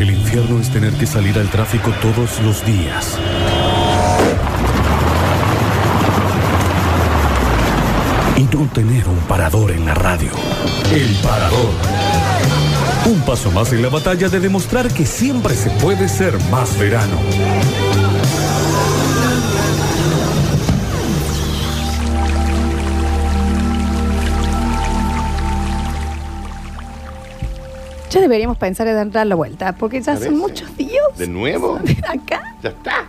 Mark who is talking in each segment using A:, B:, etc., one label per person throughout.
A: infierno es tener que salir al tráfico todos los días. Y no tener un parador en la radio. El parador. Un paso más en la batalla de demostrar que siempre se puede ser más verano.
B: Ya deberíamos pensar en dar la vuelta, porque ya
C: Parece.
B: son muchos días.
C: ¿De nuevo?
B: Acá,
C: Ya está.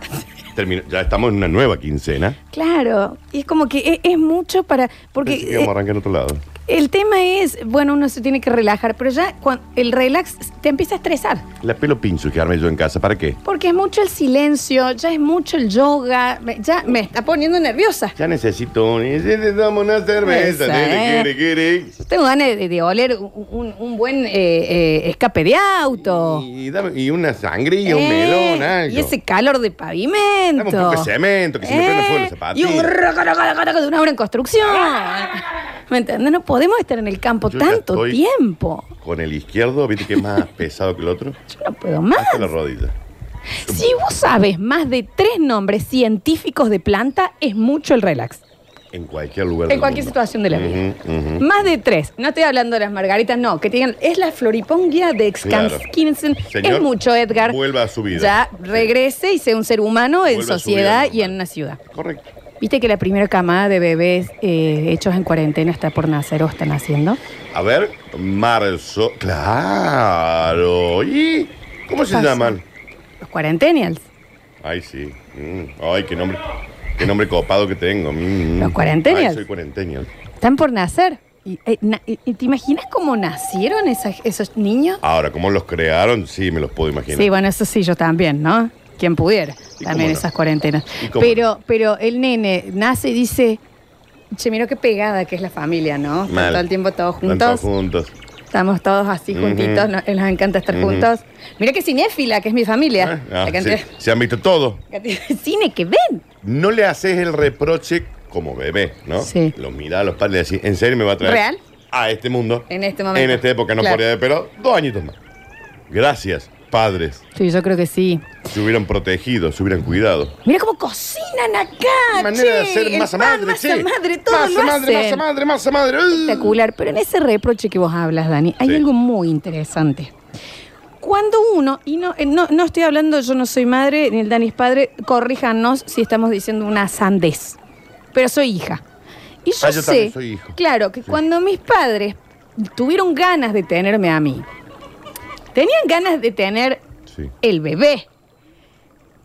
C: Terminó- Ya estamos en una nueva quincena.
B: claro. Y es como que e-, es, es mucho para. Porque
C: Pensé que íbamos a arrancar en otro lado.
B: eh, el tema es, bueno, uno se tiene que relajar, pero ya cuando el relax te empieza a estresar.
C: La pelo pincho que armé yo en casa, ¿para qué?
B: Porque es mucho el silencio, ya es mucho el yoga, me- ya me está poniendo nerviosa.
C: Ya necesito un... Necesitamos una cerveza.
B: Esa,
C: nene,
B: eh.
C: quiere, quiere.
B: Tengo ganas de, de oler un, un- un buen eh, eh, escape de auto.
C: Y, dame- y una sangría, un
B: Oh. Eh,
C: melón, algo.
B: Y ese calor de pavimento.
C: Dame un poco de cemento, que se me prende fuego los
B: Y
C: zapatillas.
B: un roca, roca, roca, roca de una obra en construcción. ¿Me entiendes? No podemos estar en el campo
C: Yo ya
B: tanto
C: estoy-
B: tiempo.
C: Con el izquierdo, viste que es más pesado que el otro.
B: Yo no puedo más.
C: Hasta la rodilla.
B: Si vos sabes más de tres nombres científicos de planta, es mucho el relax.
C: En cualquier lugar.
B: En cualquier situación de la vida.
C: vida.
B: Más de tres. No estoy hablando de las margaritas, no. Que tengan. Es la floripongia de
C: Claro.
B: Skankinsen.
C: Señor,
B: Es mucho, Edgar.
C: vuelva a su vida.
B: Ya regrese y sea un ser humano en
C: Vuelva a su
B: sociedad
C: vida
B: y en una ciudad.
C: Correcto.
B: ¿Viste que la primera camada de bebés eh, hechos en cuarentena está por nacer o están naciendo?
C: A ver, marzo. Claro. ¿Y cómo se
B: pasa?
C: llaman?
B: Los cuarentenials.
C: Ay, sí. Mm. Ay, qué nombre. Qué nombre copado que tengo. Mm.
B: Los cuarentenials.
C: Ay, soy cuarentenial.
B: Están por nacer. Y, eh, na- y- y ¿Te imaginas cómo nacieron esas- esos niños?
C: Ahora, ¿cómo los crearon? Sí, me los puedo imaginar.
B: Sí, bueno, eso sí, yo también, ¿no? Quien pudiera.
C: ¿Y cómo
B: También
C: no?
B: esas cuarentenas.
C: ¿Y cómo
B: Pero, pero el nene nace y dice, che, mira qué pegada que es la familia, ¿no? Están
C: Mal.
B: Todo el tiempo todos
C: Están
B: juntos.
C: todos juntos.
B: Estamos todos así
C: Ujú.
B: juntitos, nos, nos encanta estar
C: Ujú.
B: juntos. Mira qué cinéfila que es mi familia.
C: Ah,
B: La
C: sí.
B: cantidad-
C: Se han visto todo.
B: cantidad de cine que ven.
C: No le haces el reproche como bebé, ¿no?
B: Sí.
C: Los mirás a los padres y decís, ¿en serio me va a traer?
B: ¿Real?
C: A este mundo.
B: En este momento.
C: En esta época no
B: Claro.
C: podría haber, pero dos añitos más. Gracias, padres.
B: Sí, yo creo que sí.
C: Se hubieran protegido, se hubieran cuidado.
B: Mira cómo cocinan acá.
C: Manera de
B: che.
C: hacer
B: Ah, El
C: masa
B: pan,
C: madre,
B: masa
C: sí.
B: madre, todo
C: masa
B: lo
C: madre,
B: hacen.
C: masa madre, masa madre. ¡Ugh!
B: espectacular, pero en ese reproche que vos hablas, Dani, hay
C: Sí.
B: algo muy interesante. Cuando uno, y no, eh, no, no estoy hablando, yo no soy madre, ni el Dani es padre, corríjanos si estamos diciendo una sandez, pero soy hija. Y yo,
C: Ah, yo
B: sé,
C: también soy hijo.
B: claro, que cuando mis padres tuvieron ganas de tenerme a mí, tenían ganas de tener
C: Sí.
B: el bebé,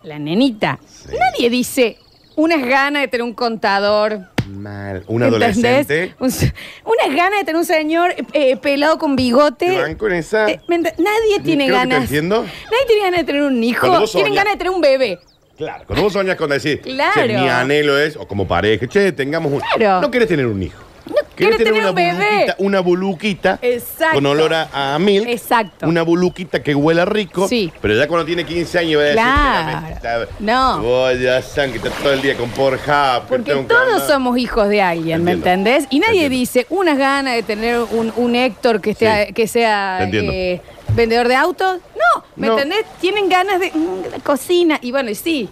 B: la nenita.
C: Sí.
B: Nadie dice unas ganas de tener un contador,
C: Mal. Un
B: ¿Entendés?
C: adolescente.
B: Un se- unas ganas de tener un señor eh, eh, pelado con
C: Te
B: bigote.
C: van con esa.
B: Eh, ¿me ent- nadie tiene
C: creo que te
B: ganas.
C: entiendo.
B: Nadie tiene ganas de tener un hijo.
C: Cuando vos
B: Tienen
C: soñás.
B: ganas de tener un bebé.
C: Claro. Cuando vos soñas con decir,
B: Claro.
C: che, mi anhelo es, o como pareja, che, tengamos un.
B: Claro.
C: No querés tener un hijo.
B: No quiere tener, un
C: una
B: bebé.
C: buluquita, una buluquita
B: Exacto.
C: con olor a, a milk.
B: Exacto.
C: Una buluquita que huela rico.
B: Sí.
C: Pero ya cuando tiene 15 años va a decir,
B: Claro.
C: "Espérame, está-
B: No.
C: Vos ya saben que estás todo el día con Pornhub.
B: Porque
C: tengo que
B: todos
C: andar".
B: somos hijos de alguien, ¿me
C: Entiendo.
B: entendés? Y nadie
C: Entiendo.
B: dice unas ganas de tener un, un Héctor que sea,
C: Sí.
B: que sea
C: Te entiendo.
B: eh, vendedor de autos. No, ¿me
C: No.
B: entendés? Tienen ganas de mm, la cocina. Y bueno, y sí.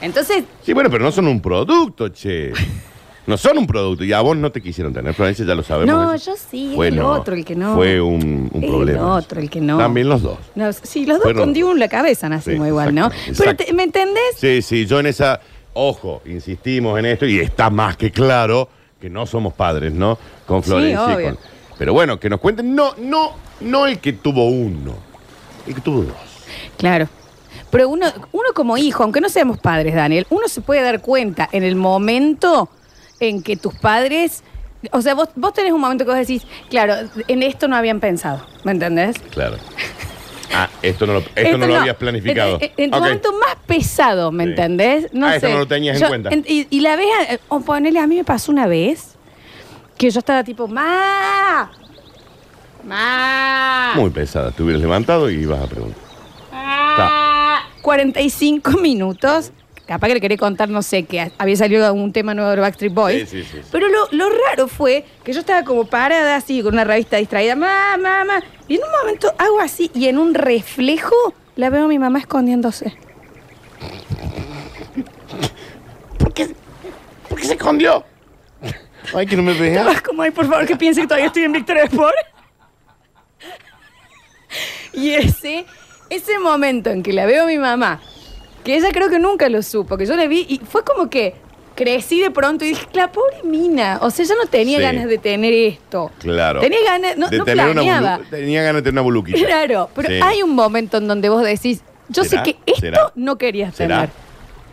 B: Entonces,
C: Sí, bueno, pero no son un producto, che. No son un producto. Y a vos no te quisieron tener, Florencia, ya lo sabemos.
B: No,
C: eso.
B: yo sí, es
C: Bueno,
B: el otro el que no.
C: Fue un, un
B: Es
C: problema.
B: el otro el que no.
C: También los dos.
B: No, sí, los dos
C: Bueno.
B: con Dibu en la cabeza nacimos
C: Sí,
B: igual, ¿no?
C: exacto,
B: Pero,
C: exacto.
B: te- ¿me entendés?
C: Sí, sí, yo en esa. Ojo, insistimos en esto y está más que claro que no somos padres, ¿no? Con
B: Sí,
C: Florencia. y
B: obvio.
C: con- Pero bueno, que nos cuenten. No, no, no el que tuvo uno, el que tuvo dos.
B: Claro. Pero uno, uno como hijo, aunque no seamos padres, Daniel, uno se puede dar cuenta en el momento en que tus padres. O sea, vos, vos tenés un momento que vos decís, claro, en esto no habían pensado, ¿me entendés?
C: Claro. Ah, esto no lo, esto no lo habías planificado.
B: En, Eh, en tu
C: Ok.
B: momento más pesado, ¿me
C: Sí.
B: entendés? No
C: Ah,
B: sé.
C: esto no lo tenías en cuenta.
B: y, y la vez, eh, o ponele, a mí me pasó una vez que yo estaba tipo, ¡Ma! ¡Ma!
C: Muy pesada. Te hubieras levantado y ibas a preguntar.
B: Ah, 45 minutos. Capaz que le quería contar, no sé, que había salido un tema nuevo de Backstreet Boys.
C: Sí, sí, sí, sí.
B: Pero lo, lo raro fue que yo estaba como parada así, con una revista distraída, mamá, mamá. Y en un momento hago así y en un reflejo La veo a mi mamá escondiéndose.
C: ¿Por qué? ¿Por qué se escondió? Ay, que no me vea.
B: Vas como, ay, por favor, que piense que todavía estoy en Victoria Sport. Y ese, ese momento en que la veo a mi mamá, que ella creo que nunca lo supo, que yo la vi y fue como que crecí de pronto y dije, la pobre mina, o sea, yo no tenía
C: Sí.
B: ganas de tener esto.
C: Claro.
B: Tenía ganas, no,
C: De
B: no
C: tener una
B: planeaba.
C: bulu- tenía ganas de tener una buluquita.
B: Claro, pero
C: Sí.
B: hay un momento en donde vos decís, yo
C: ¿Será?
B: sé que esto
C: ¿Será?
B: no querías
C: ¿Será?
B: tener.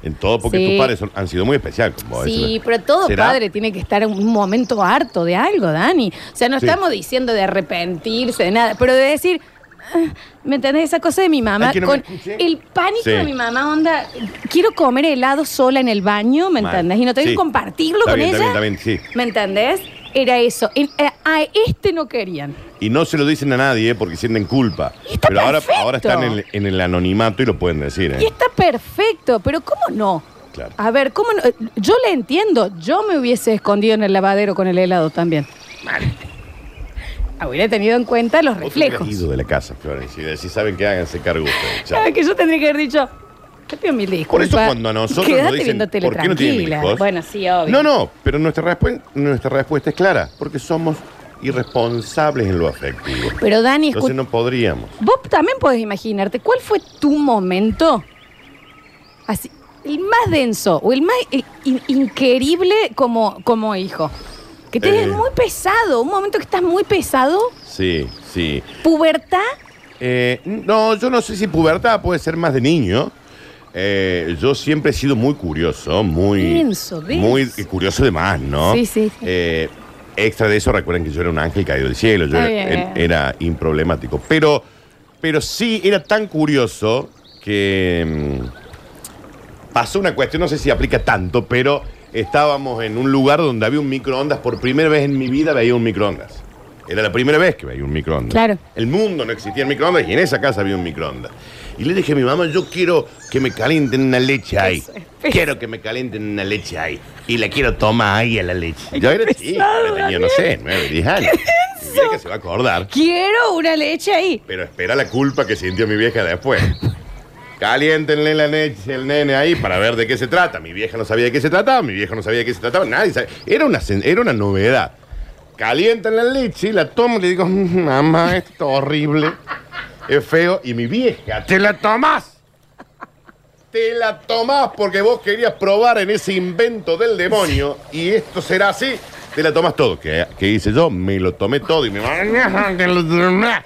C: En todo, porque
B: Sí.
C: tus padres son- han sido muy especiales con vos.
B: Sí,
C: eso.
B: pero todo
C: ¿Será?
B: padre tiene que estar en un momento harto de algo, Dani. O sea, no
C: Sí.
B: estamos diciendo de arrepentirse, de nada, pero de decir, "Ah, ¿me entendés? Esa cosa de mi mamá,
C: Ay, que no
B: con
C: me escuche.
B: el pánico
C: Sí.
B: de mi mamá, onda, quiero comer helado sola en el baño, ¿me
C: Mal.
B: entendés? Y no tengo
C: Sí.
B: que compartirlo
C: Está
B: con
C: bien,
B: ella.
C: está bien, está bien, sí.
B: ¿Me entendés? Era eso. En- eh, a este no querían.
C: Y no se lo dicen a nadie ¿eh? porque sienten culpa.
B: Y está
C: pero ahora,
B: perfecto.
C: ahora están en el, en el anonimato y lo pueden decir. ¿eh?
B: Y está perfecto, pero ¿cómo no?
C: Claro.
B: A ver, ¿cómo no? Eh, Yo le entiendo. Yo me hubiese escondido en el lavadero con el helado también. Ah, Hubiera tenido en cuenta los
C: Vos te hubieras
B: reflejos.
C: ido de la casa, Florencia. Y decís, saben que háganse cargo ustedes. Chao.
B: Ah, que yo tendría que haber dicho, te pido mil
C: Por
B: disculpas.
C: eso cuando a nosotros
B: Quédate
C: nos dicen,
B: viendo tele
C: ¿por qué no tienen
B: tranquila".
C: hijos?
B: Bueno, sí, obvio.
C: No, no, pero nuestra, respu- nuestra respuesta es clara, porque somos irresponsables en lo afectivo.
B: Pero Dani, escu-
C: Entonces no podríamos.
B: vos también podés imaginarte cuál fue tu momento así, el más denso o el más eh, in- increíble como, como hijo. Que te
C: Eh.
B: es muy pesado, un momento que estás muy pesado,
C: Sí, sí.
B: pubertad,
C: Eh, no, yo no sé si pubertad puede ser más de niño. Eh, yo siempre he sido muy curioso, muy.
B: Denso, denso.
C: Muy curioso de más, ¿no?
B: Sí, sí, sí.
C: Eh, extra de eso, recuerden que yo era un ángel caído del cielo. Yo
B: Está
C: era,
B: bien.
C: en- era improblemático. Pero, pero sí era tan curioso que. mm, pasó una cuestión, no sé si aplica tanto, pero estábamos en un lugar donde había un microondas. Por primera vez en mi vida veía un microondas. Era la primera vez que veía un microondas.
B: Claro.
C: El mundo no existía el microondas y en esa casa había un microondas. Y le dije a mi mamá, yo quiero que me calienten una leche ahí.
B: Eso es pesado.
C: quiero que me calienten una leche ahí. Y la quiero tomar ahí a la leche. Yo era chico,
B: pesado,
C: tenía, no sé, 9, 10 años. Mi vieja se va a acordar.
B: quiero una leche ahí.
C: Pero espera la culpa que sintió mi vieja después. Caliéntenle la leche al nene ahí para ver de qué se trata. Mi vieja no sabía de qué se trataba, mi viejo no sabía de qué se trataba, nadie sabía. Era una, sen- era una novedad. Calientan la leche y la tomo y le digo, "Mm, mamá, esto es horrible, es feo. Y mi vieja, te la tomás. Te la tomás porque vos querías probar en ese invento del demonio y esto será así. Te la tomás todo. ¿Qué, qué hice yo? Me lo tomé todo y me... "Te lo tomás".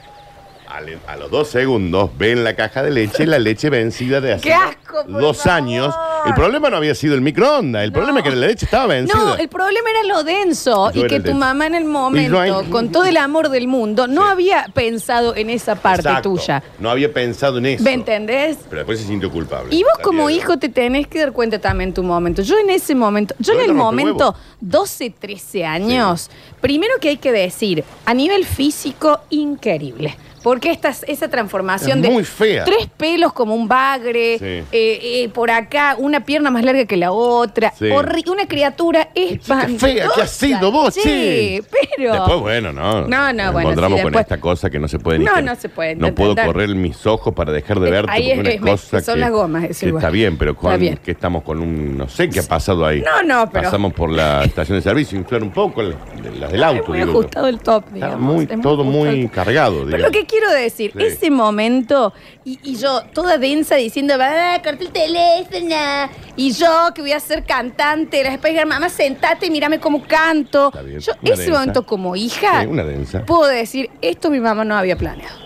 C: Al- a los dos segundos ven la caja de leche, la leche vencida de hace
B: ¡Qué asco, por
C: dos
B: favor!
C: años. El problema no había sido el microondas, el problema es que la leche estaba vencida.
B: No, el problema era lo denso
C: Yo
B: y
C: era
B: que
C: el
B: tu
C: denso.
B: mamá en el momento,
C: Y yo ahí-
B: con todo el amor del mundo, no había pensado en esa parte
C: Exacto.
B: tuya.
C: No había pensado en eso.
B: ¿Me entendés?
C: Pero después se sintió culpable.
B: Y vos
C: Al
B: como
C: día de hoy.
B: hijo te tenés que dar cuenta también en tu momento. Yo en ese momento, yo
C: Yo
B: en
C: era
B: el
C: rompehuevos.
B: momento 12, 13 años, primero que hay que decir, a nivel físico, increíble. Porque esta, esa transformación
C: Es
B: de
C: muy fea.
B: tres pelos como un bagre,
C: Sí.
B: eh, eh, por acá una pierna más larga que la otra,
C: Sí.
B: horri- una criatura
C: Chica
B: espantosa.
C: fea, ¿qué has sido vos,
B: Sí,
C: che?
B: pero...
C: Después, bueno, no.
B: No, no,
C: Nos
B: bueno,
C: Encontramos
B: sí,
C: con
B: después-
C: esta cosa que no se puede ni
B: No,
C: tener.
B: no se puede
C: No puedo
B: entender.
C: correr mis ojos para dejar de
B: Eh,
C: verte.
B: ahí
C: porque
B: es-
C: una
B: es- me-
C: cosa
B: son
C: que-
B: las gomas, eso
C: que
B: igual.
C: Está bien, pero con,
B: Está bien.
C: que estamos con un. No sé qué ha pasado ahí.
B: No, no, pero-
C: Pasamos por la estación de servicio, inflar un poco la- las del auto,
B: muy
C: digo yo.
B: ajustado el top,
C: Está
B: digamos.
C: muy,
B: Es muy
C: todo
B: ajustado el
C: muy
B: top.
C: cargado,
B: Pero
C: digamos.
B: lo que quiero decir,
C: Sí.
B: ese momento, y, y yo toda densa diciendo, ah, corté el teléfono, y yo que voy a ser cantante, las Spice mamá, sentate y mírame cómo canto.
C: Está bien,
B: Yo
C: una
B: ese
C: densa.
B: momento como hija,
C: Sí, una densa.
B: puedo decir, esto mi mamá no había planeado.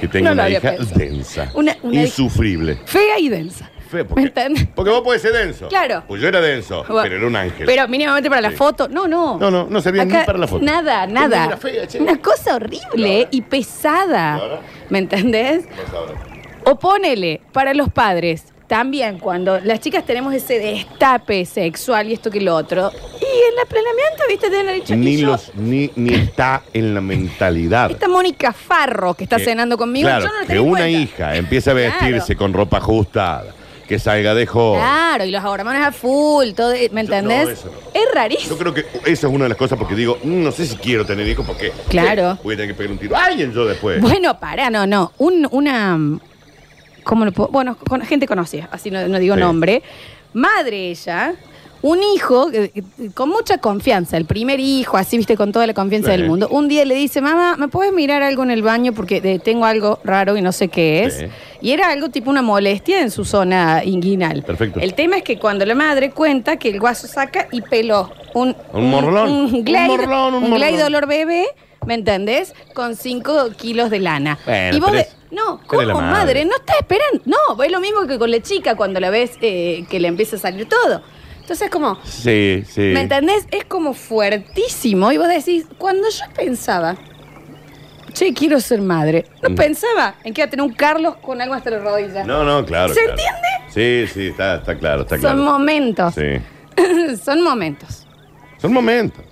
C: Que tenga
B: No lo
C: una
B: había
C: hija
B: pensado.
C: densa.
B: Una- una hija-
C: insufrible.
B: Fea y densa.
C: Feo,
B: ¿Me
C: porque,
B: entiendes?
C: porque vos podés ser denso.
B: Claro.
C: Pues yo era denso,
B: Bueno,
C: pero era un ángel.
B: Pero mínimamente para la
C: Sí.
B: foto. No, no.
C: No, no, no servía ni para la foto.
B: Nada,
C: Qué
B: nada.
C: negra fea, che.
B: Una cosa horrible y pesada.
C: ¿Y ahora?
B: ¿Me entendés?
C: Pues ahora.
B: O ponele, para los padres, también cuando las chicas tenemos ese destape sexual y esto que lo otro, y en el aplanamiento, viste, te han dicho,
C: Ni,
B: y yo-
C: los, ni, ni está en la mentalidad.
B: esta Mónica Farro que está
C: Que-
B: cenando conmigo,
C: claro,
B: yo no la
C: que
B: tenía en
C: una
B: cuenta.
C: hija empiece a
B: Claro.
C: vestirse con ropa ajustada, que salga de joven.
B: Claro, y los hormonas a full, todo, ¿me
C: oh. Yo- no,
B: entendés?
C: eso no.
B: Es rarísimo.
C: Yo creo que esa es una de las cosas porque digo, "Mm, no sé si quiero tener hijos porque
B: Claro.
C: voy a tener que pegar un tiro a alguien yo después.
B: Bueno, para, no, no. Un- una. mm, ¿Cómo lo puedo? Bueno, con, gente conocida, así no, no digo
C: Sí.
B: nombre. Madre ella, un hijo eh, eh, con mucha confianza, el primer hijo, así viste, con toda la confianza
C: Sí.
B: del mundo. Un día le dice, mamá, ¿me puedes mirar algo en el baño? Porque eh, tengo algo raro y no sé qué es.
C: Sí.
B: Y era algo tipo una molestia en su zona inguinal.
C: Perfecto.
B: El tema es que cuando la madre cuenta que el guaso saca y peló un,
C: Un morlón.
B: un
C: Un
B: Glade-
C: morlón, un
B: un Glade
C: morlón.
B: color bebé, ¿me entendés? Con 5 kilos de lana.
C: Bueno,
B: y vos
C: pero
B: de-
C: es-
B: no,
C: pero
B: ¿cómo
C: es la
B: madre?
C: madre?
B: No estás esperando. No, es lo mismo que con la chica cuando la ves eh, que le empieza a salir todo. Entonces es como,
C: Sí, sí.
B: ¿me entendés? Es como fuertísimo. Y vos decís, cuando yo pensaba, che, quiero ser madre, no
C: Mm.
B: pensaba en que iba a tener un Carlos con algo hasta las rodillas.
C: No, no, claro.
B: ¿Se
C: claro.
B: entiende?
C: Sí, sí, está, está claro, está
B: Son
C: claro.
B: momentos.
C: Sí.
B: Son momentos.
C: Son momentos.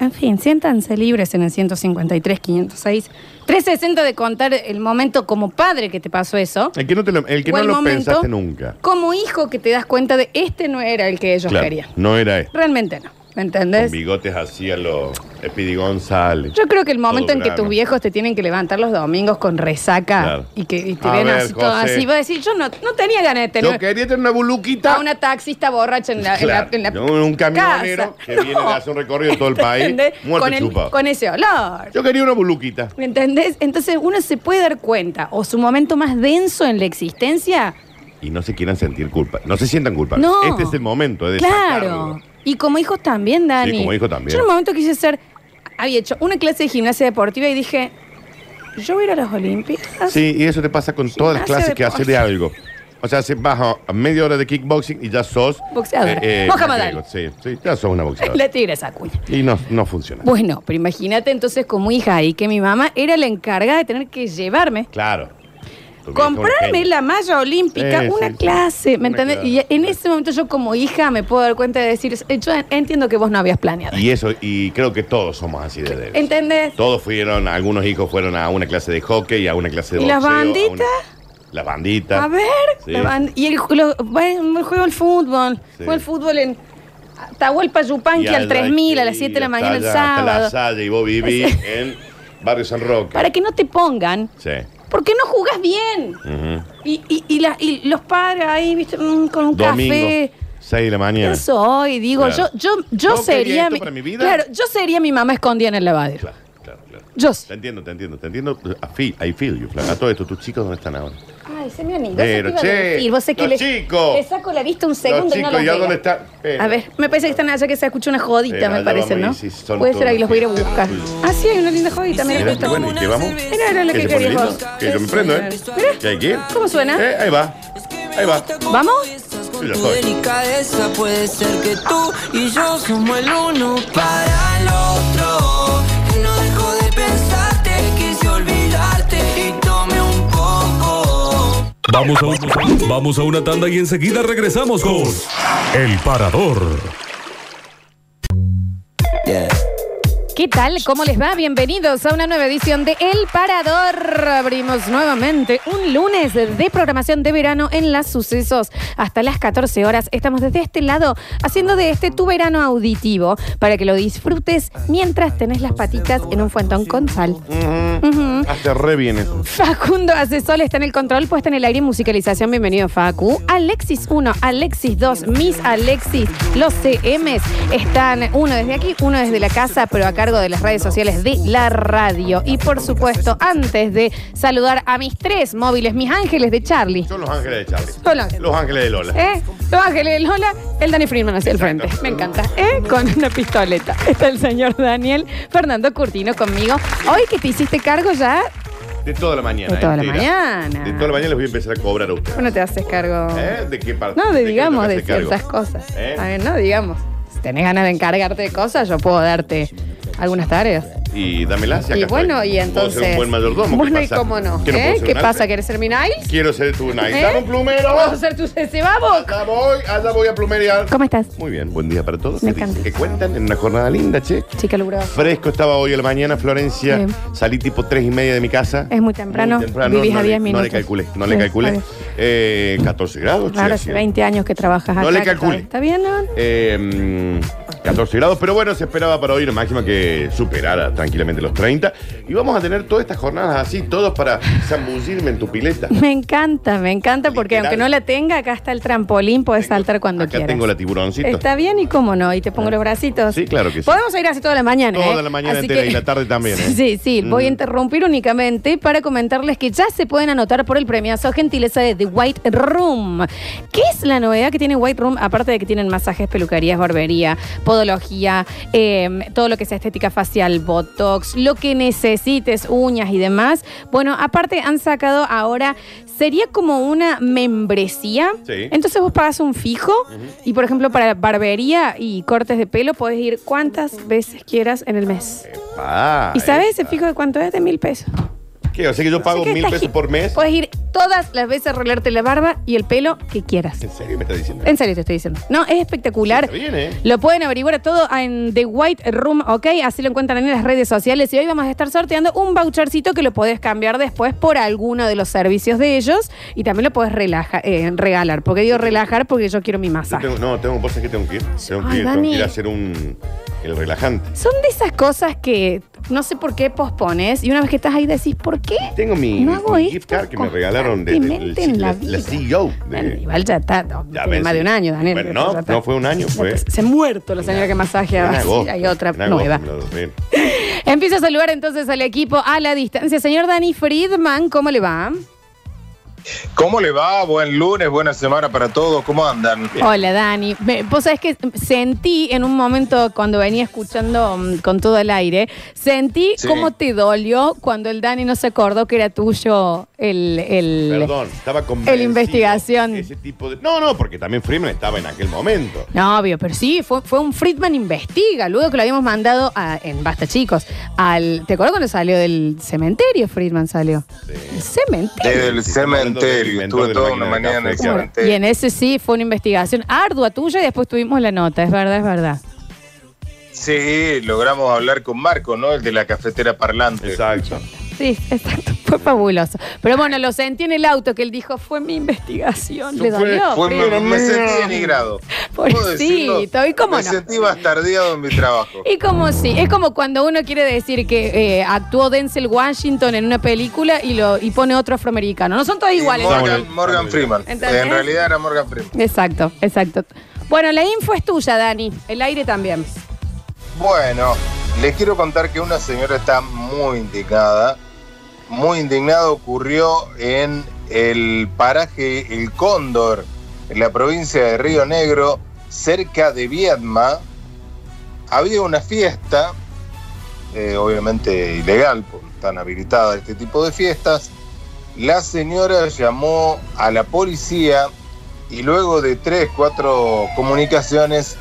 B: En fin, siéntanse libres en el 153, 506, 360 de contar el momento como padre que te pasó eso.
C: El que no, te lo- el que
B: o
C: no
B: el
C: lo
B: momento
C: pensaste nunca.
B: Como hijo que te das cuenta de este no era el que ellos
C: Claro,
B: querían.
C: no era esto.
B: Realmente no. ¿Me
C: Con
B: entendés?
C: bigotes así a los Speedy González.
B: Yo creo que el momento
C: Todo
B: en que
C: grano.
B: tus viejos te tienen que levantar los domingos con resaca
C: Claro.
B: y que y te
C: A
B: ven
C: ver,
B: así todo
C: José.
B: así, vas a decir, yo no, no tenía ganas de
C: Yo
B: tener
C: quería tener una buluquita.
B: a una taxista borracha en la, en la-
C: Claro,
B: en la
C: no, un camionero
B: casa.
C: que viene
B: No.
C: de hacer un recorrido en todo el país,
B: ¿Entendés?
C: muerto
B: con, el-
C: chupado.
B: con ese olor.
C: Yo quería una buluquita.
B: ¿Me entendés? Entonces uno se puede dar cuenta, o su momento más denso en la existencia.
C: Y no se quieran sentir culpa. No se sientan culpables.
B: No.
C: Este es el momento de
B: Claro.
C: sacarlo.
B: Y como hijos también, Dani.
C: como hijo también.
B: Yo en un momento quise ser. Había hecho una clase de gimnasia deportiva y dije, yo voy a ir a las Olimpiadas.
C: Sí, y eso te pasa con todas las
B: Gimnasia
C: clases que
B: de
C: haces de algo. O sea, se baja a media hora de kickboxing y ya sos...
B: Boxeadora. Mohamed Ali.
C: McGregor. Sí, sí, ya sos una boxeadora.
B: Le tiré esa cuña.
C: Y no, no funciona.
B: Bueno, pero imagínate entonces como hija ahí que mi mamá era la encargada de tener que llevarme.
C: Claro. Tu vieja es una
B: Comprarme
C: genia.
B: la malla olímpica,
C: Sí,
B: una
C: sí, sí.
B: clase, ¿me
C: Una
B: entendés?
C: clase,
B: Y en
C: claro.
B: ese momento yo como hija me puedo dar cuenta de decir, "Eh, yo entiendo que vos no habías planeado.
C: Y eso, y creo que todos somos así de débiles.
B: ¿Entendés?
C: Todos fueron, algunos hijos fueron a una clase de hockey, a una clase de
B: ¿Y
C: boxeo.
B: las
C: a una-
B: banditas?
C: Las banditas.
B: A ver,
C: Sí.
B: la ban- y el, ju- lo- bueno, el juego al fútbol.
C: Sí.
B: Juego al fútbol en Atahualpa Yupanqui al 3000 a las 7 de la mañana el
C: Hasta la
B: sábado.
C: Salle y vos vivís en Barrio San Roque.
B: Para que no te pongan,
C: Sí.
B: porque no jugás bien.
C: Ujú.
B: Y, y- y la- y los padres ahí, viste, mm, con un
C: Domingo,
B: café.
C: 6 de la mañana.
B: ¿Quién soy? Digo,
C: Claro.
B: yo, yo, yo
C: ¿No quería
B: sería.
C: esto para mi vida?
B: Claro, yo sería mi mamá escondida en el lavadero.
C: Claro, claro, claro.
B: Yo
C: Te
B: sé.
C: entiendo, te entiendo, te entiendo. I feel, I feel you, Flavia. A todo esto, ¿tus chicos dónde están ahora?
B: Ay, se me han ido.
C: Pero,
B: eso te iba a
C: che,
B: decir. Vos sé que
C: los
B: le,
C: chicos.
B: le saco la vista un segundo
C: los
B: y no
C: chicos,
B: los
C: ¿y a
B: veo.
C: dónde Eh, están? Pero-
B: A ver, me parece que están allá que se escucha una jodita,
C: Pero
B: me
C: allá
B: parece,
C: vamos,
B: ¿no?
C: y si son
B: Puede ser
C: todos
B: ahí, los voy a ir a
C: los que-
B: buscar. Ah, sí, hay una linda jodita, mira.
C: Mira,
B: justo.
C: bueno, ¿y qué vamos?
B: Era, era la
C: ¿Qué
B: que
C: se pone
B: querías
C: lindo?
B: vos.
C: Que yo me prendo, ¿eh?
B: Mira.
C: ¿Qué hay que ir?
B: ¿Cómo suena?
C: Eh, ahí va. Ahí va.
B: ¿Vamos?
C: Sí,
D: Con
C: ya
D: tu
C: estoy.
D: delicadeza puede ser que tú y yo somos el uno para el otro. Que no dejo de pensarte, quise olvidarte y tome un poco.
A: Vamos a, un- vamos a una tanda y enseguida regresamos con El Parador.
B: ¿Qué tal? ¿Cómo les va? Bienvenidos a una nueva edición de El Parador. Abrimos nuevamente un lunes de programación de verano en las sucesos. Hasta las 14 horas estamos desde este lado haciendo de este tu verano auditivo para que lo disfrutes mientras tenés las patitas en un fuentón con sal.
C: Ujú. Hasta re bien eso.
B: Facundo Asesol está en el control, puesta en el aire y musicalización. Bienvenido, Facu. Alexis 1, Alexis 2, Miss Alexis, los CMs están uno desde aquí, uno desde la casa, pero a cargo de las redes sociales de la radio. Y por supuesto, antes de saludar a mis tres móviles, mis ángeles de Charlie.
C: Son los ángeles de Charlie.
B: Son los-
C: Los ángeles de Lola.
B: ¿Eh? Los Ángeles de Lola, el Dani Friedman hacia el frente. Me encanta. ¿Eh? Con una pistoleta. Está el señor Daniel Fernando Curtino conmigo. Hoy que te hiciste cargo ya,
C: De toda la mañana.
B: De toda la
C: entera.
B: mañana.
C: De toda la mañana les voy a empezar a cobrar a ustedes.
B: no te haces cargo.
C: ¿Eh? ¿De qué parte?
B: No, de, digamos
C: qué
B: de
C: es lo que se
B: ciertas
C: cargo?
B: cosas.
C: ¿Eh?
B: A ver, no digamos. Si tenés ganas de encargarte de cosas, yo puedo darte algunas tareas.
C: y dámelas. acá
E: Y
C: estoy.
E: bueno, y entonces.
C: Puedo ser un buen mayordomo.
E: Bueno,
C: ¿qué
E: y
C: pasa?
E: cómo no.
C: ¿Qué, no
E: ¿eh?
C: puedo ser
E: ¿Qué
C: un
E: pasa?
C: arte?
E: ¿Quieres ser mi Niles?
C: Quiero ser tu Niles.
E: ¿Eh?
C: Dame un plumero.
E: Vamos a hacer tu cese, vamos.
C: Allá voy, allá voy a plumerear.
B: ¿Cómo estás?
C: Muy bien, buen día para todos.
B: Me
C: ¿Qué dice?
B: encanta.
C: ¿Qué cuentan en una jornada linda, che?
B: Chica logrado.
C: Fresco estaba hoy a la mañana, Florencia.
B: Bien.
C: Salí tipo tres y media de mi casa.
B: Es muy temprano, vivís
C: no,
B: a
C: le-
B: 10
C: no
B: minutos.
C: le calculé, no le
B: Sí,
C: calculé.
B: está
C: Eh, 14 grados, che,
B: Claro,
C: así.
B: hace 20 años que trabajas acá.
C: No le
B: que
C: calcule.
B: está- ¿Está bien, no?
C: Eh, mm, 14 grados, pero bueno, se esperaba para hoy una máxima que superara tranquilamente los 30. Y vamos a tener todas estas jornadas así, todos para zambullirme en tu pileta.
B: Me encanta, me encanta porque
C: Literal.
B: aunque no la tenga, acá está el trampolín, puedes
C: Tengo-
B: saltar cuando
C: acá
B: quieras.
C: tengo la tiburoncito.
B: Está bien y cómo no, y te pongo los bracitos.
C: Sí, claro que sí.
B: Podemos ir así toda la mañana.
C: Toda
B: ¿eh?
C: la mañana
B: Así
C: entera y la tarde también, ¿eh?
B: Sí, sí, sí. voy a interrumpir únicamente para comentarles que ya se pueden anotar por el premiazo Gentileza de The White Room. ¿Qué es la novedad que tiene White Room? Aparte de que tienen masajes, peluquerías, barbería, podología, eh, todo lo que sea estética facial, botox, lo que necesites, uñas y demás. Bueno, aparte han sacado ahora, sería como una membresía.
C: Sí.
B: Entonces vos pagas un fijo y, por ejemplo, para barbería y cortes de pelo podés ir cuantas veces quieras en el mes.
C: Epa,
B: ¿Y sabes ese
C: epa.
B: fijo de cuánto es? De mil pesos.
C: ¿Qué? O sea que yo
B: O
C: pago
B: sea que
C: mil
B: estás
C: pesos
B: gi- Pues-
C: por mes.
B: Puedes ir todas las veces a arreglarte la barba y el pelo que quieras.
C: ¿En serio me estás diciendo?
B: En serio te estoy diciendo. No, es espectacular.
C: Está bien, ¿eh?
B: Lo pueden averiguar todo en The White Room, ¿ok? Así lo encuentran en las redes sociales. Y hoy vamos a estar sorteando un vouchercito que lo podés cambiar después por alguno de los servicios de ellos. Y también lo podés relaja- eh, regalar. Porque digo relajar porque yo quiero mi
C: Yo
B: masaje.
C: tengo- no, tengo cosas que tengo que ir. Tengo que
B: Ay,
C: ir, tengo que
B: Dani.
C: ir a hacer un. El relajante.
B: Son de esas cosas que no sé por qué pospones y una vez que estás ahí decís, ¿por qué?
C: Tengo mi,
B: No hago
C: mi
B: esto
C: gift card que me regalaron de, del-
B: constantemente en
C: la,
B: la
C: la
B: vida.
C: CEO. de-
B: Bueno, igual ya está, no,
C: Ya
B: tiene
C: ves.
B: más de un año, Daniel.
C: Bueno,
B: pero
C: no,
B: ya está.
C: no fue un año, fue-
B: Se ha muerto la señora que masajeaba.
C: en
B: Sí,
C: agosto,
B: hay otra
C: en agosto,
B: nueva.
C: en los 2000.
B: Empiezo a saludar entonces al equipo a la distancia. Señor Dani Friedman, ¿cómo le va?
F: ¿Cómo le va? Buen lunes, buena semana para todos. ¿Cómo andan?
B: Hola, Dani. Me- Vos sabés que sentí en un momento cuando venía escuchando mm, con todo el aire, sentí
F: Sí.
B: cómo te dolió cuando el Dani no se acordó que era tuyo el. el
C: Perdón, estaba convencido.
B: El investigación.
C: Ese tipo de... No, no, porque también Freeman estaba en aquel momento.
B: No, obvio, pero sí, fue, fue un Friedman Investiga, luego que lo habíamos mandado a- en Basta Chicos. Al, ¿Te acuerdas cuando salió del cementerio? Friedman salió. El cementerio.
F: Desde el
C: Sí, estamos hablando del
F: cementerio.
C: inventor de
F: Estuve
C: la
F: toda
C: máquina
F: una
C: de
F: mañana en
C: café. Bueno,
F: el
B: Bueno, y
F: cementerio.
B: en ese sí fue una investigación ardua tuya y después tuvimos la nota, es verdad, es verdad.
F: Sí, logramos hablar con Marco, ¿no? El de la cafetera parlante.
C: Exacto.
B: Sí, exacto, fue fabuloso. Pero bueno, lo sentí en el auto que él dijo, fue mi investigación.
C: No
B: ¿Le
C: fue-
B: dolió?
F: Fue- me,
B: Friedman?
F: me sentí denigrado. Puedo
B: Pobrecito,
F: decirlo,
B: ¿y cómo
F: Me
B: no?
F: sentí bastardeado en mi trabajo.
B: Y como sí, es como cuando uno quiere decir que eh, actuó Denzel Washington en una película y lo y pone otro afroamericano. No son todos
F: Y
B: iguales.
F: Morgan, Morgan Freeman.
B: ¿Entendés?
F: En realidad era Morgan Freeman.
B: Exacto, exacto. Bueno, la info es tuya, Dani. El aire también.
F: Bueno, les quiero contar que una señora está muy indignada. Muy indignada ocurrió en el paraje El Cóndor, en la provincia de Río Negro, cerca de Viedma. Había una fiesta, eh, obviamente ilegal, porque están habilitadas este tipo de fiestas. La señora llamó a la policía y luego de tres, cuatro comunicaciones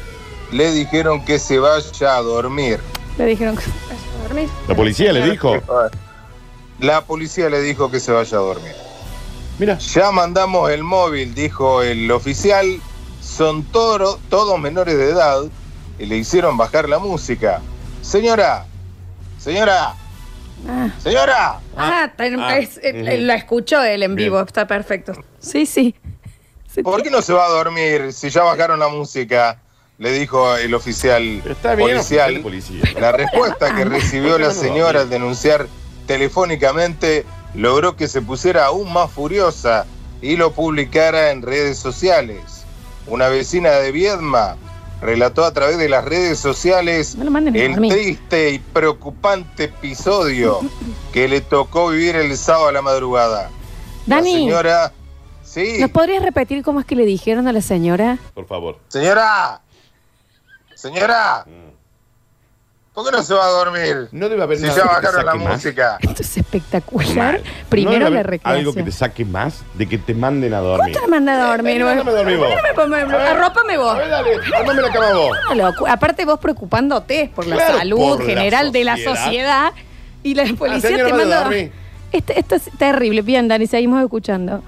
F: le dijeron que se vaya a dormir.
B: Le dijeron que vaya a dormir.
C: La policía le dijo.
F: La policía le dijo que se vaya a dormir.
C: Mira.
F: Ya mandamos el móvil, dijo el oficial. Son toro- todos menores de edad y le hicieron bajar la música. Señora, señora,
B: Ah.
F: señora.
B: Ah,
C: Ah,
B: ten-
C: ah,
B: es- eh,
C: ujú.
B: eh, lo escuchó él en
C: Bien.
B: vivo, está perfecto. Sí, sí. Se
F: ¿Por
B: tiene-
F: qué no se va a dormir si ya bajaron la música? Le dijo el oficial
C: Pero está bien, oficial
F: policial.
C: de policía.
F: La respuesta
B: Ah.
F: que recibió la señora al denunciar telefónicamente logró que se pusiera aún más furiosa y lo publicara en redes sociales. Una vecina de Viedma relató a través de las redes sociales
B: No lo manden a
F: el
B: dormir.
F: triste y preocupante episodio que le tocó vivir el sábado a la madrugada. la
B: Dani,
F: señora, sí,
B: ¿nos podrías repetir cómo es que le dijeron a la señora?
C: Por favor.
F: señora, señora, ¿Por qué no se va a dormir?
C: No debe haber
F: Si
C: nada
F: ya
C: que te
F: bajaron la
C: saque más.
F: música.
B: Esto es espectacular.
C: Mal.
B: Primero
C: No debe
B: la
C: haber Algo que
B: recreación.
C: te saque más de que te manden a dormir.
B: ¿Cuánto me manda a dormir?
C: Eh, mándame a dormir vos.
B: ¿Por qué no me-
C: A ver.
B: Arrópame vos.
C: A ver, dale, armame la cama vos.
B: Una locura. Aparte vos preocupándote por la
C: Claro,
B: salud
C: por la
B: general de la
C: sociedad.
B: sociedad y la policía
C: señora,
B: te
C: vaya a
B: manda...
C: dormir.
B: Este- esto es terrible. Bien, Dani, seguimos escuchando.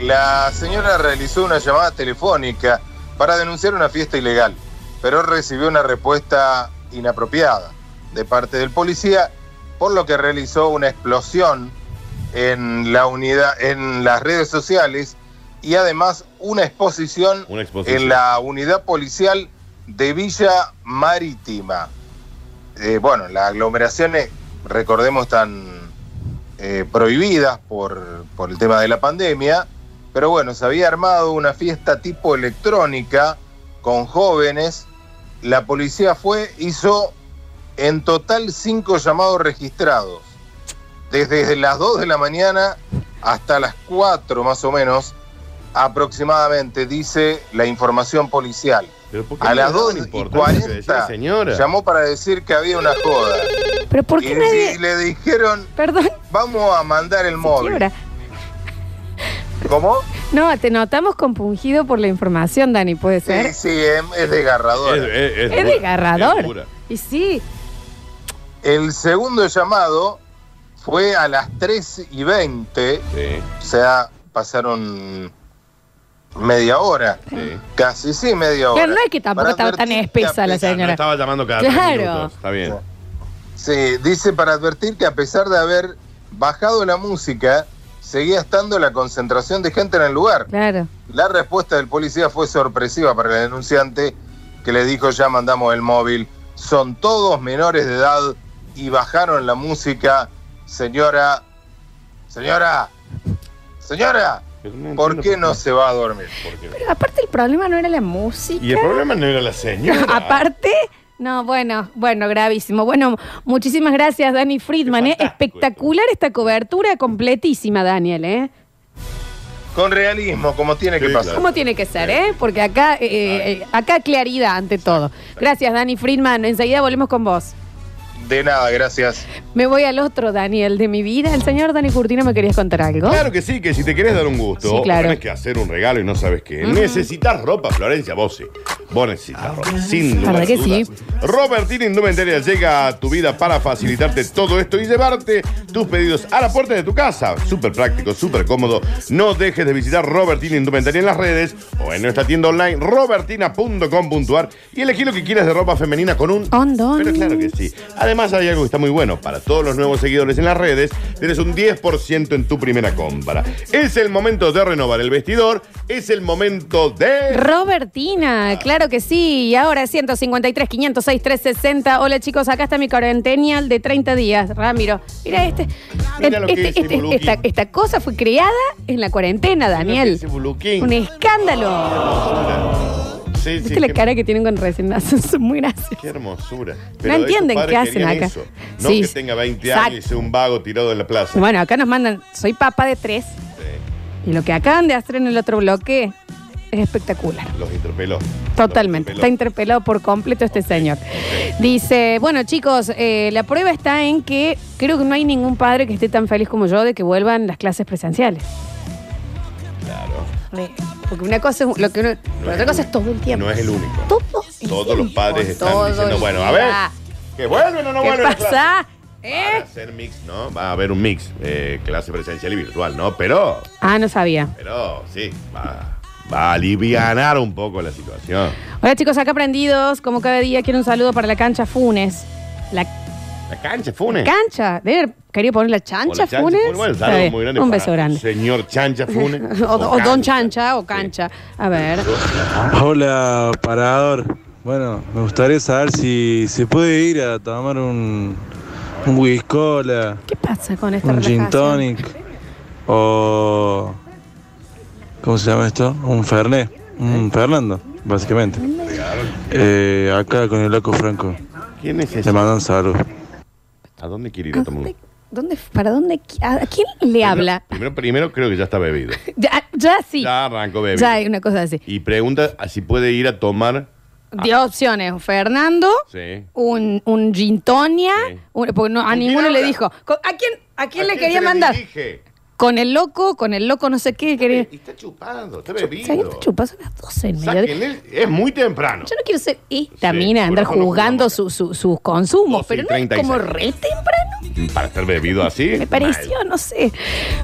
F: La señora realizó una llamada telefónica para denunciar una fiesta ilegal, pero recibió una respuesta inapropiada de parte del policía, por lo que realizó una explosión en la unidad, en las redes sociales y además una exposición,
C: Una exposición.
F: en la unidad policial de Villa Marítima. Eh, bueno, las aglomeraciones, recordemos, están eh, prohibidas por, por el tema de la pandemia, pero bueno, se había armado una fiesta tipo electrónica con jóvenes. La policía fue, hizo en total cinco llamados registrados, desde las 2 de la mañana hasta las 4 más o menos, aproximadamente, dice la información policial.
C: Pero ¿por qué
F: A
C: no
F: las
C: le daban
F: 2 y
C: importancia que decía la
F: 40
C: señora.
F: llamó para decir que había una joda.
B: Pero ¿por
F: Y,
B: qué
F: y
B: nadie...?
F: le dijeron,
B: Perdón,
F: vamos a mandar el
B: se
F: móvil.
B: quiebra.
F: ¿Cómo?
B: No, te notamos compungido por la información, Dani, puede ser.
F: Sí, sí, es, es desgarrador.
B: es
C: dura,
B: desgarrador.
C: es dura.
B: Y sí,
F: El segundo llamado fue a las 3 y 20,
C: Sí,
F: o sea, pasaron media hora.
C: sí.
F: Casi sí, media hora.
B: claro, no es que tampoco
F: Para
B: estaba tan
F: advertir que
B: espesa la
F: a pesar-
C: Ah, no
B: señora.
C: estaba llamando cada tres
B: Claro.
C: minutos. Está bien.
F: Sí, dice para advertir que a pesar de haber bajado la música, seguía estando la concentración de gente en el lugar.
B: Claro.
F: La respuesta del policía fue sorpresiva para el denunciante, que le dijo ya mandamos el móvil, son todos menores de edad y bajaron la música, señora, señora, señora,
C: Pero no
F: ¿por
C: entiendo
F: qué no se va a dormir?
C: por qué.
B: Pero aparte el problema no era la música.
C: Y el problema no era la señora.
B: Aparte, no, bueno, bueno, gravísimo. Bueno, muchísimas gracias, Dani Friedman. ¿eh?
C: Fantástico
B: Espectacular esta cobertura, completísima, Daniel. ¿eh?
F: Con realismo, como tiene que
C: Sí,
F: pasar.
B: ¿Cómo tiene que ser? ¿eh? Porque acá, eh, eh, acá claridad ante todo. Gracias, Dani Friedman. Enseguida volvemos con vos.
F: De nada, gracias.
B: Me voy al otro Daniel de mi vida. El señor Dani Curtino, ¿me querías contar algo?
C: Claro que sí, que si te querés dar un gusto,
B: Sí, claro.
C: o tenés que hacer un regalo y no sabes qué. Necesitas ropa, Florencia, vos sí. Vos necesitas ropa, sin
B: La
C: lugar
B: verdad
C: a
B: que
C: dudas.
B: sí.
C: Robertina Indumentaria llega a tu vida para facilitarte todo esto y llevarte tus pedidos a la puerta de tu casa. Súper práctico, súper cómodo. No dejes de visitar Robertina Indumentaria en las redes o en nuestra tienda online robertina.com.ar y elegí lo que quieras de ropa femenina con un...
B: Ondón.
C: Pero claro que sí. Además hay algo que está muy bueno. Para todos los nuevos seguidores en las redes, tienes un 10% en tu primera compra. Es el momento de renovar el vestidor. Es el momento de...
B: Robertina, claro que sí. Y ahora 153, 506, 360. Hola chicos, acá está mi cuarentenial de 30 días. Ramiro, mira este.
C: Mira lo que
B: este-
C: hice,
B: este-
C: Boluqui.
B: esta, esta cosa fue creada en la cuarentena, Daniel.
C: Ese buluquín.
B: Un Este escándalo.
C: Ah, Sí, sí,
B: ¿Viste la
C: qué-
B: cara que tienen con recién nacidos? Son muy
C: Qué
B: graciosos.
C: hermosura.
B: No entienden
C: esos padres
B: qué hacen
C: querían
B: acá.
C: eso. No
B: Sí.
C: que tenga 20
B: Exacto.
C: años y sea un vago tirado en la plaza.
B: Bueno, acá nos mandan, soy papá de tres.
C: Sí,
B: Y lo que acaban de hacer en el otro bloque es espectacular.
C: los interpeló.
B: Totalmente,
C: Los
B: está
C: interpeló.
B: interpelado por completo este señor. Dice, bueno chicos, eh, la prueba está en que creo que no hay ningún padre que esté tan feliz como yo de que vuelvan las clases presenciales.
C: Claro.
B: Eh, Porque una cosa es lo que uno-
C: No
B: pero
C: es
B: otra cosa
C: el
B: es todo el tiempo.
C: No es el único.
B: Todo el
C: Todos los
B: tiempo,
C: padres
B: todo
C: están diciendo,
B: el
C: bueno, a ver,
B: día.
C: que vuelven o no
B: ¿Qué
C: vuelven. a clase.
B: pasa?
C: Van a
B: ¿Eh?
C: hacer mix, ¿no? Va a haber un mix, eh, clase presencial y virtual, ¿no? Pero,
B: Ah, no sabía.
C: pero sí, va, va a alivianar un poco la situación.
B: Hola chicos, acá prendidos, como cada día quiero un saludo para la cancha Funes. La
C: La cancha, Funes.
B: cancha, de haber querido poner la chancha,
C: O la
B: Funes.
C: Bueno, un
B: Está
C: saludo
B: bien,
C: muy grande
B: un
C: para
B: beso grande.
C: Señor Chancha Funes.
B: O, o Don Chancha o Cancha. A ver.
G: Hola, parador. Bueno, me gustaría saber si se puede ir a tomar un, un whisky cola,
B: ¿Qué pasa con esta
G: un gin
B: relajación?
G: tonic o. ¿Cómo se llama esto? Un Fernet. Un Fernando, básicamente. Eh, acá con el loco Franco.
C: Sí. ¿Quién es
G: Le
C: ese?
G: mandan salud.
C: ¿A dónde quiere ir
B: ¿A
C: a tomar? un-
B: dónde- dónde- ¿Para dónde? qui- ¿A a quién le habla?
C: Primero, primero creo que ya está bebido.
B: Ya, ya sí.
C: Ya arrancó bebido.
B: Ya hay una cosa así.
C: Y pregunta a si puede ir a tomar
B: Dio opciones, Fernando,
C: Ah. Sí.
B: un, un Gintonia,
C: Sí.
B: un- porque no, a
C: ¿Con quién
B: ninguno le
C: habla?
B: dijo. Co- ¿A quién, a quién
C: ¿A
B: le
C: quién
B: quería
C: se
B: mandar?
C: dirige?
B: Con el loco, con el loco no sé qué. Quería...
C: Y está chupando, está
B: ¿Sabías
C: bebido.
B: que chupas a las 12 en medio?
C: Sáquenle, es muy temprano.
B: Yo no quiero ser esta mina,
C: Sí,
B: andar
C: conozco los
B: jugando
C: números.
B: su- su- sus consumos,
C: 12 y
B: pero no es
C: 36.
B: como re temprano,
C: Para estar bebido así.
B: me pareció, no sé.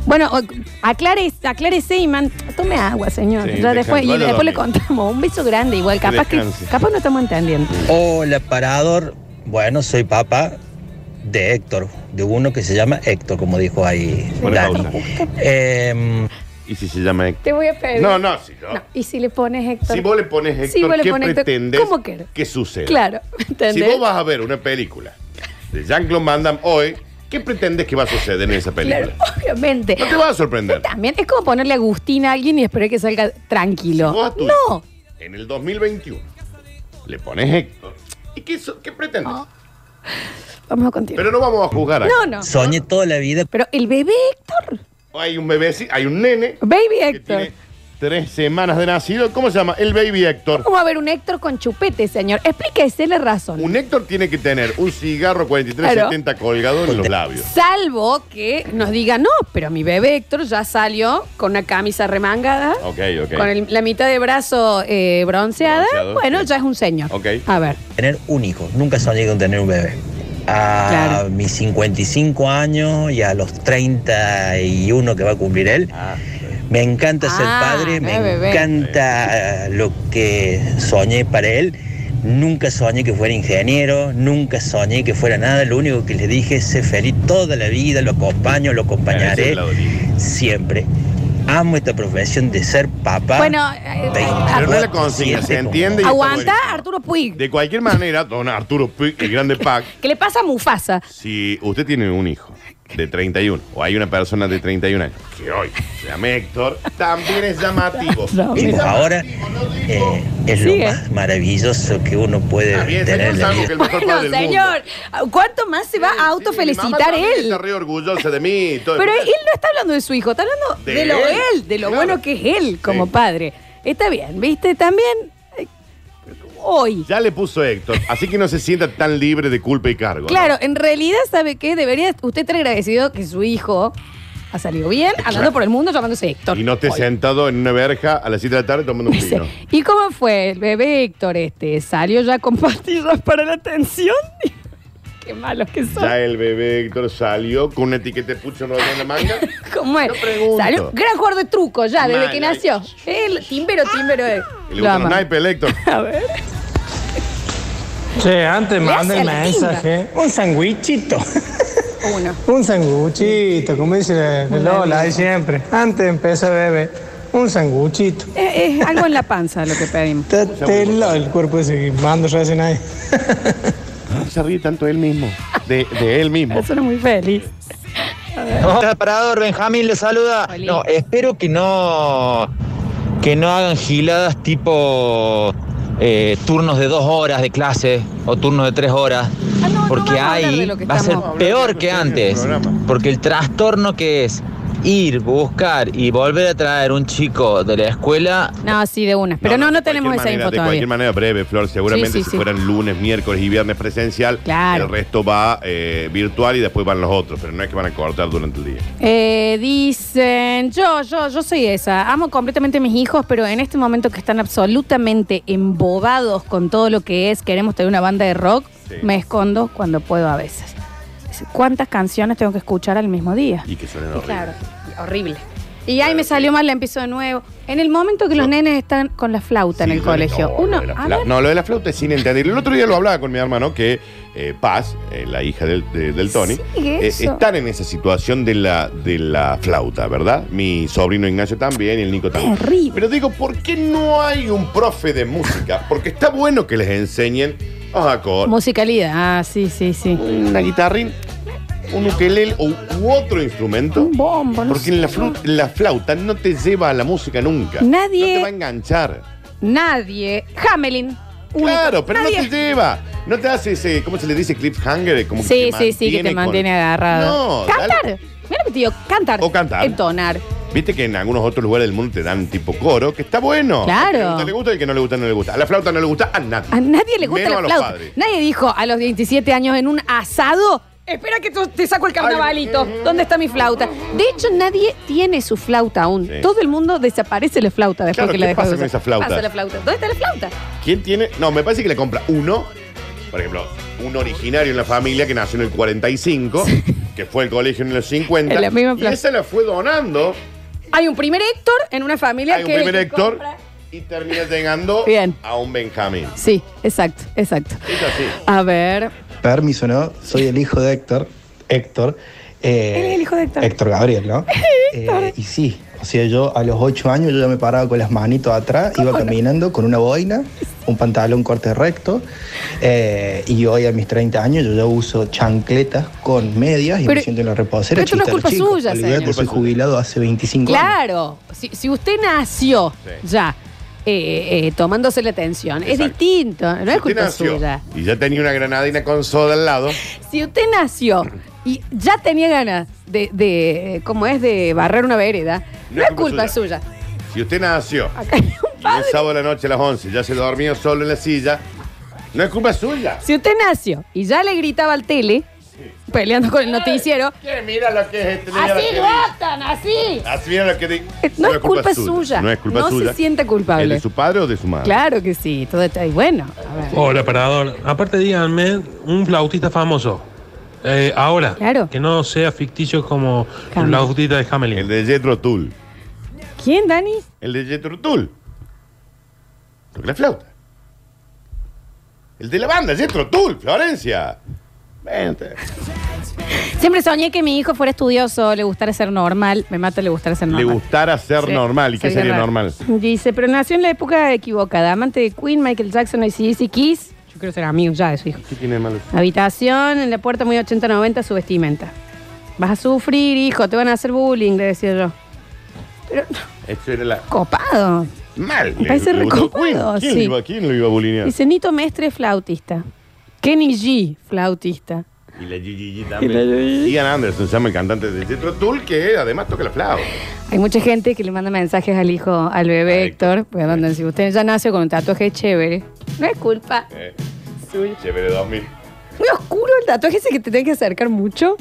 B: Bueno, o- aclárese, aclárese y man, tome agua, señor.
C: Sí,
B: ya
C: descanse,
B: después, y
C: vaya a
B: después le
C: dormir.
B: contamos. Un beso grande, igual,
C: Que
B: capaz que,
C: descanse.
B: capaz no estamos entendiendo.
H: Hola, parador. Bueno, soy papá de Héctor, de uno que se llama Héctor, como dijo ahí.
C: Buena
H: Dani.
C: causa.
H: Em,
C: ¿Y si se llama Héctor?
B: Te voy a pedir.
C: No, no, si no.
B: No, Y si le pones Héctor.
C: Si vos le pones Héctor,
B: Si vos le
C: ¿qué
B: pones Héctor,
C: pretendés
B: ¿cómo querés?
C: que suceda?
B: Claro, ¿me
C: Si
B: ¿entendés?
C: vos vas a ver una película de Jean-Claude Van Damme hoy, ¿qué pretendes que va a suceder en esa película?
B: Claro, obviamente.
C: No te va a sorprender.
B: También es como ponerle Agustín a alguien y esperar que salga tranquilo.
C: Si vos a tu
B: no.
C: hijo, En el 2021 le pones Héctor. ¿Y qué, so- qué pretendes?
B: Vamos a continuar.
C: Pero no vamos a juzgar. acá.
B: Ah, no, no.
H: soñé toda la vida
B: Pero el bebé Héctor.
C: Hay un bebé, sí, hay un nene
B: Baby
C: que
B: Héctor.
C: tiene tres semanas de nacido. ¿Cómo se llama? El baby Héctor.
B: ¿Cómo va a haber un Héctor con chupete, señor? Explíquese la razón.
C: Un Héctor tiene que tener un cigarro 4370 colgado en los labios.
B: Salvo que nos diga, no, pero mi bebé Héctor ya salió con una camisa remangada,
C: Ok, ok.
B: con el- la mitad de brazo eh, bronceada.
C: Bronceado,
B: bueno,
C: sí.
B: ya es un señor.
C: Ok.
B: A ver.
H: tener un hijo. Nunca soñé con tener un bebé. A
B: Claro.
H: mis 55 años y a los 31 que va a cumplir él, me encanta ser
B: Ah,
H: padre, me
B: eh, bebé.
H: encanta eh, lo que soñé para él. Nunca soñé que fuera ingeniero, nunca soñé que fuera nada. Lo único que le dije es ser feliz toda la vida, lo acompaño, lo
C: Ese
H: acompañaré
C: es la orilla.
H: siempre. Amo esta profesión de ser papá.
B: Bueno, eh,
H: Veinte.
B: ah,
C: Pero no es la
H: Aguanta,
C: consigna, se
H: siempre como-
C: entiende. y está
B: aguanta
C: buenísimo.
B: Arturo Puig.
C: De cualquier manera, don Arturo Puig, el grande pack,
B: ¿Qué le pasa a Mufasa?
C: si usted tiene un hijo de 31 o hay una persona de 31 años que hoy se llama Héctor, también es llamativo.
B: No,
H: Chicos, ahora eh, es lo
B: Sigue.
H: más maravilloso que uno puede
C: Está bien,
H: tener
C: señor
H: en la
C: Sango, que
H: vida.
C: el mejor
B: Bueno,
C: padre del
B: señor,
C: mundo.
B: ¿cuánto más se va a
C: Sí, sí, mi mamá
B: autofelicitar
C: también
B: él?
C: Está re orgullosa de mí. y todo.
B: Pero él no está hablando de su hijo, está hablando de,
C: De
B: lo
C: él,
B: él, de lo
C: claro.
B: bueno que es él como
C: Sí.
B: padre. Está bien, ¿viste? También eh, hoy.
C: Ya le puso Héctor, así que no se sienta tan libre de culpa y cargo. ¿no?
B: Claro, en realidad, ¿sabe qué? Debería usted estar agradecido que su hijo ha salido bien, andando por el mundo llamándose Héctor.
C: Y no esté
B: Hoy.
C: sentado en una verja a las 7 de la tarde tomando un
B: Dice,
C: vino.
B: ¿Y cómo fue el bebé Héctor este? ¿Salió ya con pastillas para la atención? qué malos que son.
C: Ya el bebé Héctor salió con una etiqueta de pucho enrollada en la manga.
B: ¿Cómo es?
C: Yo pregunto.
B: Salió- gran jugador de truco ya, desde
C: Mal, eh.
B: que
C: ahí.
B: nació. El timbero, timbero. eh.
C: Y
B: Lo
C: le gusta los
B: ama.
C: naipes, el Héctor.
B: A ver.
I: Che, antes
B: Le
I: manda el
B: hace a la timba.
I: mensaje. Un sandwichito.
B: Uno.
I: Un sanguchito, como dice la- la Lola ahí siempre. Antes empieza a beber. Un sanguchito.
B: Es, es algo en la panza lo que pedimos.
I: Tatelo el cuerpo ese que mando recién ahí.
C: Ah, Se ríe tanto él mismo. De, de él mismo.
B: Suena muy feliz.
J: Hola, parador, Benjamín le saluda.
B: Oli.
J: No, espero que no que no hagan giladas tipo eh, turnos de dos horas de clase o turnos de tres horas.
B: Ah, no, no
J: porque
B: vamos a hablar de
J: ahí
B: lo que
J: va a ser
B: estamos hablando,
J: peor
C: no
J: que
C: está en Este el
J: antes.
C: programa.
J: Porque el trastorno que es ir, buscar y volver a traer un chico de la escuela
B: No, sí, de una. Pero no, no,
C: de
B: tenemos esa
C: cualquier manera,
B: info
C: De
B: todavía.
C: cualquier manera, breve, Flor. Seguramente
B: Sí, sí,
C: si
B: sí.
C: fueran lunes, miércoles y viernes presencial,
B: Claro.
C: el resto va eh, virtual y después van los otros. Pero no es que van a cortar durante el día.
B: Eh, dicen, yo, yo, yo soy esa. Amo completamente a mis hijos, pero en este momento que están absolutamente embobados con todo lo que es, queremos tener una banda de rock,
C: Sí.
B: me escondo cuando puedo a veces. Dice, ¿Cuántas canciones tengo que escuchar al mismo día?
C: Y que suenen
B: Y
C: horribles.
B: Claro, horrible. Y ahí me salió mal, la empiezo de nuevo. En el momento que los
C: No.
B: nenes están con la flauta en
C: Sí,
B: el
C: lo de-
B: colegio.
C: no,
B: Uno,
C: lo de la
B: a
C: fla-
B: ver,
C: no, lo de la flauta es sin entender. El otro día lo hablaba con mi hermano que eh, Paz, eh, la hija del, de- del Tony,
B: Sigue
C: eh,
B: eso.
C: están en esa situación de la, de la flauta, ¿verdad? Mi sobrino Ignacio también y el Nico también.
B: Terrible.
C: Pero digo, ¿por qué no hay un profe de música? Porque está bueno que les enseñen los acordes,
B: musicalidad. Ah, sí, sí, sí.
C: una guitarrín, un ukelele u, u otro instrumento.
B: Un bombo, no
C: Porque en la,
B: sé.
C: flu- la flauta no te lleva a la música nunca.
B: Nadie-
C: No te va a enganchar.
B: Nadie. Hamelin. único.
C: Claro, pero
B: Nadie-
C: no te lleva. No te hace ese, ¿cómo se le dice? Cliffhanger. Como que
B: Sí,
C: te
B: sí, sí, que te
C: con-
B: mantiene agarrado.
C: No,
B: cantar.
C: dale.
B: Mira lo que te digo, cantar.
C: O cantar.
B: Entonar.
C: Viste que en algunos otros lugares del mundo te dan tipo coro, que está bueno.
B: Claro.
C: El que le gusta, le gusta, el que no le gusta, no le gusta. A la flauta no le gusta a nadie.
B: A nadie le gusta
C: Menos
B: la
C: a los
B: flauta.
C: padres.
B: Nadie dijo a los 27 años en un asado. Espera que tú- te saco el carnavalito.
C: eh,
B: ¿Dónde está mi flauta? De hecho, nadie tiene su flauta aún.
C: Sí.
B: Todo el mundo desaparece la flauta después
C: Claro,
B: que la
C: ¿qué
B: dejas
C: pasa
B: de
C: con
B: usar.
C: esa flauta?
B: Pasa la flauta. ¿Dónde está la flauta?
C: ¿Quién tiene? No, me parece que le compra uno. Por ejemplo, un originario en la familia que nació en el 45, que fue al colegio en los 50.
B: En la misma
C: y
B: plaza.
C: esa la fue donando.
B: Hay un primer Héctor en una familia
C: Hay un
B: que.
C: primer
B: que
C: Héctor
B: compra-
C: y termina llegando
B: Bien.
C: a un Benjamín.
B: Sí, exacto, exacto.
C: Es así.
B: A ver.
K: Permiso, ¿no? Soy el hijo de Héctor. Héctor. eh,
B: Él es el hijo de Héctor.
K: Héctor Gabriel, ¿no? Eh, y sí, o sea, yo a los ocho años yo ya me paraba con las manitos atrás, iba caminando con una boina, un pantalón corte recto, eh, y hoy a mis 30 años yo ya uso chancletas con medias y
B: Pero-
K: me siento en la reposera.
B: pero esto no es
K: chiste a los
B: culpa
K: chicos.
B: suya,
K: Olvídate,
B: señor.
K: soy jubilado hace 25 años.
B: Claro, si, si usted nació
C: Sí.
B: ya eh, eh, tomándose la atención, es
C: Exacto.
B: distinto, no es
C: Usted
B: culpa
C: nació
B: suya.
C: Y ya tenía una granadina con soda al lado.
B: Si usted nació y ya tenía ganas de, de eh, ¿cómo es?, de barrer una vereda, no, es culpa suya.
C: Si usted nació y un sábado a la noche a las 11 ya se dormió solo en la silla, no es culpa suya.
B: Si usted nació y ya le gritaba al tele, peleando con el noticiero,
C: ¿Quién mira lo que es este? Mira lo que
E: Así votan, así.
C: dice. Así mira lo que dice.
B: Eh, no, es culpa suya.
C: No es culpa
B: No
C: suya.
B: se sienta
C: ¿Es
B: culpable.
C: de su padre o de su madre?
B: Claro que sí, todo está y bueno. a ver.
L: Hola, parador. Aparte, díganme un flautista famoso. Eh, ahora, que no sea ficticio como el
B: Hamilton.
L: flautista de Hamelin.
C: El de Jethro Tull.
B: ¿Quién, Dani?
C: El de Jethro Tull. Toca la flauta. El de la banda, Jethro Tull, Florencia. Vente.
B: Siempre soñé que mi hijo fuera estudioso, le gustara ser normal. Me mata le gustara ser
C: Le
B: normal.
C: gustara ser
B: Sí,
C: normal. ¿Y qué
B: sería
C: sería
B: raro.
C: normal?
B: Dice, pero nació en la época equivocada. Amante de Queen, Michael Jackson, ACDC, Kiss. Yo quiero ser amigo ya de su hijo.
C: ¿Qué tiene de malo?
B: Habitación, en la puerta muy 80-90, su vestimenta. Vas a sufrir, hijo, te van a hacer bullying, le decía yo.
C: Esto era la.
B: Copado.
C: Mal.
B: Me parece
C: Le- le gustó
B: recopado,
C: Queen. ¿Quién,
B: sí.
C: lo iba, ¿Quién lo iba a bulinear?
B: Dice, Nito Mestre, flautista. Kenny G, flautista.
C: Y la Gigi
B: Y la
C: también. Ian Anderson se llama el cantante de Jethro Tull, que además toca la flauta.
B: Hay mucha gente que le manda mensajes al hijo, al bebé Héctor, porque andan, si usted ya nació con un tatuaje chévere, no es culpa.
C: Eh. Chévere 2000.
B: Muy oscuro el tatuaje ese que te tenés que acercar mucho.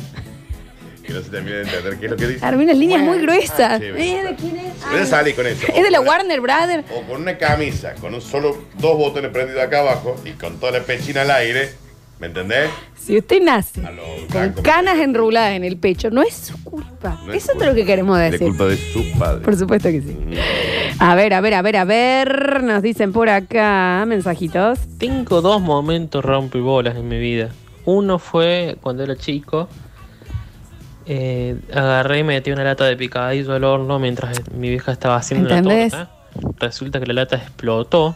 C: Que no se termina de entender qué es lo que dice.
B: Claro, unas líneas muy gruesas.
C: ah, chévere.
B: Eh, ¿de quién es?
C: Voy a salir con eso.
B: Es de la Warner Brothers.
C: O con una camisa, con un solo dos botones prendidos acá abajo y con toda la pechina al aire. ¿Me entendés?
B: Si usted nace
C: A los
B: con
C: blancos.
B: canas enruladas en el pecho, no es su culpa.
C: No es
B: Eso es lo que queremos
C: De
B: decir.
C: culpa Mm. de su padre.
B: Por supuesto que sí. A ver, a ver, a ver, a ver. Nos dicen por acá mensajitos.
M: Tengo dos momentos rompebolas en mi vida. Uno fue cuando era chico. eh, agarré y metí una lata de picadillo al horno mientras mi vieja estaba haciendo
B: ¿Entendés?
M: una torta. Resulta que la lata explotó.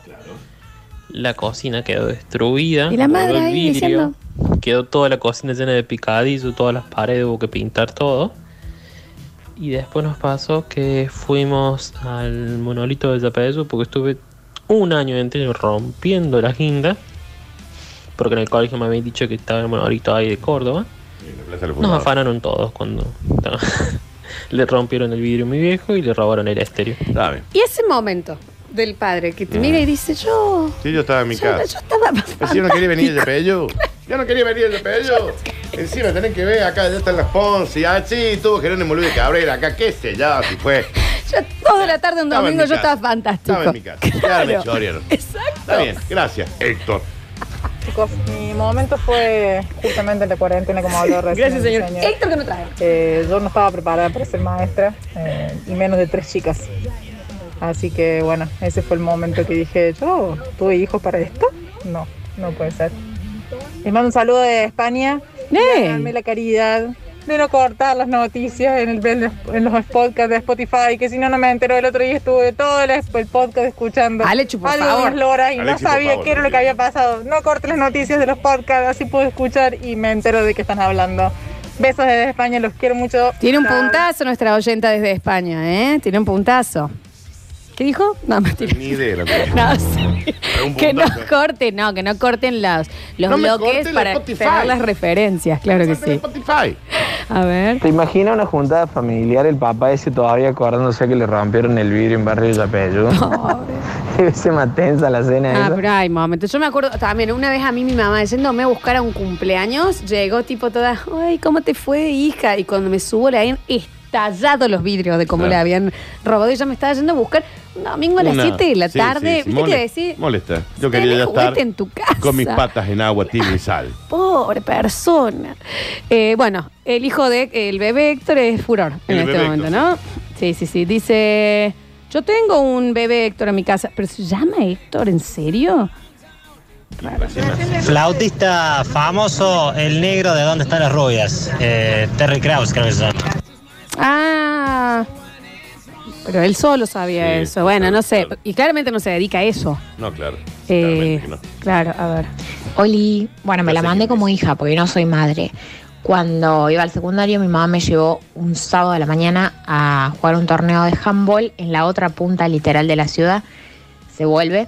M: La cocina quedó destruida.
B: Y la madre
M: voló el
B: ahí diciendo-
M: Quedó toda la cocina llena de picadillo, todas las paredes, hubo que pintar todo. Y después nos pasó que fuimos al monolito de Zapallo porque estuve un año entero rompiendo la guinda. Porque en el colegio me habían dicho que estaba el monolito ahí de Córdoba. Nos afanaron todos cuando le rompieron el vidrio a mi viejo y le robaron el estéreo.
B: Y ese momento del padre que
C: Mm.
B: te mira y dice, yo...
C: Sí, yo estaba en mi
B: yo-
C: casa.
B: yo estaba...
C: Pero si yo no quería venir de pello. Yo no quería venir de pello. Encima tenés que ver, acá ya están las Ponzi, ah, sí, tuvo Jerónimo Luis de Cabrera, acá qué sé, ya, si fue.
B: Yo toda la tarde un
C: Estaba en
B: domingo
C: mi
B: yo
C: casa.
B: estaba fantástico.
C: Estaba en mi casa. Ya me
B: Claro.
C: chorearon.
B: Exacto.
C: Está bien, gracias, Héctor.
N: Chicos, mi momento fue justamente en la cuarentena, como habló recién.
B: Gracias, señor. Héctor,
N: que no trae. Eh, yo no estaba preparada para ser maestra, eh, y menos de tres chicas. Así que, bueno, ese fue el momento que dije, yo tuve hijos para esto. No, no puede ser. Les mando un saludo de España. De darme la caridad de no cortar las noticias en, el, en los podcasts de Spotify, que si no, no me entero. El otro día estuve todo el, el podcast escuchando Alechu,
B: por favor.
N: horas y
B: Alexi,
N: no
B: por
N: sabía
B: favor,
N: qué era lo que había pasado. No corte las noticias de los podcasts, así puedo escuchar y me entero de qué están hablando. Besos desde España, los quiero mucho.
B: Tiene un
N: Chao.
B: puntazo nuestra oyenta desde España, ¿eh? Tiene un puntazo. ¿Qué dijo? No, mentira.
C: Ni idea. lo que-
B: No, sí.
C: Pero un
B: Que no
C: puntazo.
B: corten, no, que no corten los, los
C: No me
B: bloques
C: corten la
B: para
C: Spotify.
B: tener las referencias, claro que sí. A ver.
O: ¿Te imaginas una juntada familiar, el papá ese todavía acordándose que le rompieron el vidrio en Barrio Yapeyú? Ese matenza la cena
B: Ah,
O: esa.
B: pero hay momentos. Yo me acuerdo también, una vez a mí mi mamá yéndome a buscar a un cumpleaños, llegó tipo toda, ay, ¿cómo te fue, hija? Y cuando me subo le habían estallado los vidrios de cómo
C: Claro.
B: le habían robado. Y yo me estaba yendo a buscar un domingo a las
C: Una-
B: 7 de la
C: Sí,
B: tarde.
C: sí, sí,
B: ¿Viste
C: mole-
B: que decir?
C: Molesta. Yo
B: "Tenés
C: quería ya
B: juguete
C: estar
B: en tu casa.
C: con mis patas en agua tibia y sal.
B: Pobre persona. Eh, bueno, el hijo de el bebé Héctor es furor en
C: El
B: este
C: bebé
B: momento, ¿no? Sí, sí, sí. Dice, yo tengo un bebé Héctor en mi casa, pero se llama Héctor, ¿en serio?
P: Flautista famoso, el negro de dónde están las rubias. Eh, Terry Krause, creo que se llama.
B: Ah. Pero él solo sabía eso. Bueno, no sé. Y claramente no se dedica a eso.
C: No, claro.
B: Eh, Claro, a ver.
Q: Oli, bueno, me la mandé como hija porque no soy madre. Cuando iba al secundario, mi mamá me llevó un sábado a la mañana a jugar un torneo de handball en la otra punta literal de la ciudad. Se vuelve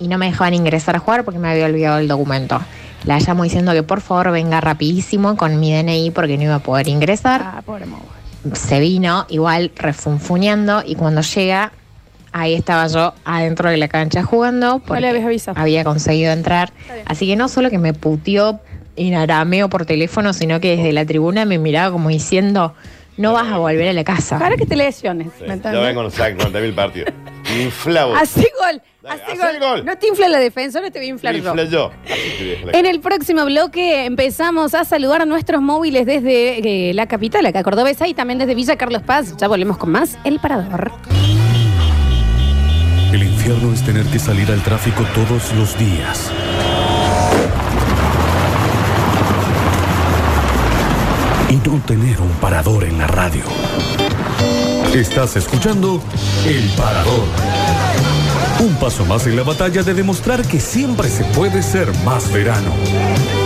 Q: y no me dejaban ingresar a jugar porque me había olvidado el documento. La llamo diciendo que por favor venga rapidísimo con mi DNI porque no iba a poder ingresar. Se vino igual refunfuñando y cuando llega, ahí estaba yo adentro de la cancha jugando porque había conseguido entrar. Así que no solo que me puteó en arameo por teléfono, sino que desde la tribuna me miraba como diciendo, no vas a volver a la casa.
B: Para que te lesiones, ¿me
C: Ya
B: entiendes?
C: ven con los 50.000 partidos. Inflavo.
B: Así gol, así gol. No te infla la defensora, te voy a inflar yo.
C: Infla yo. Así te dejo la-
B: En el próximo bloque empezamos a saludar a nuestros móviles desde eh, la capital, acá Cordobesa, y también desde Villa Carlos Paz. Ya volvemos con más El Parador.
A: El infierno es tener que salir al tráfico todos los días. Y no tener un parador en la radio. Estás escuchando El Parador. Un paso más en la batalla de demostrar que siempre se puede ser más verano.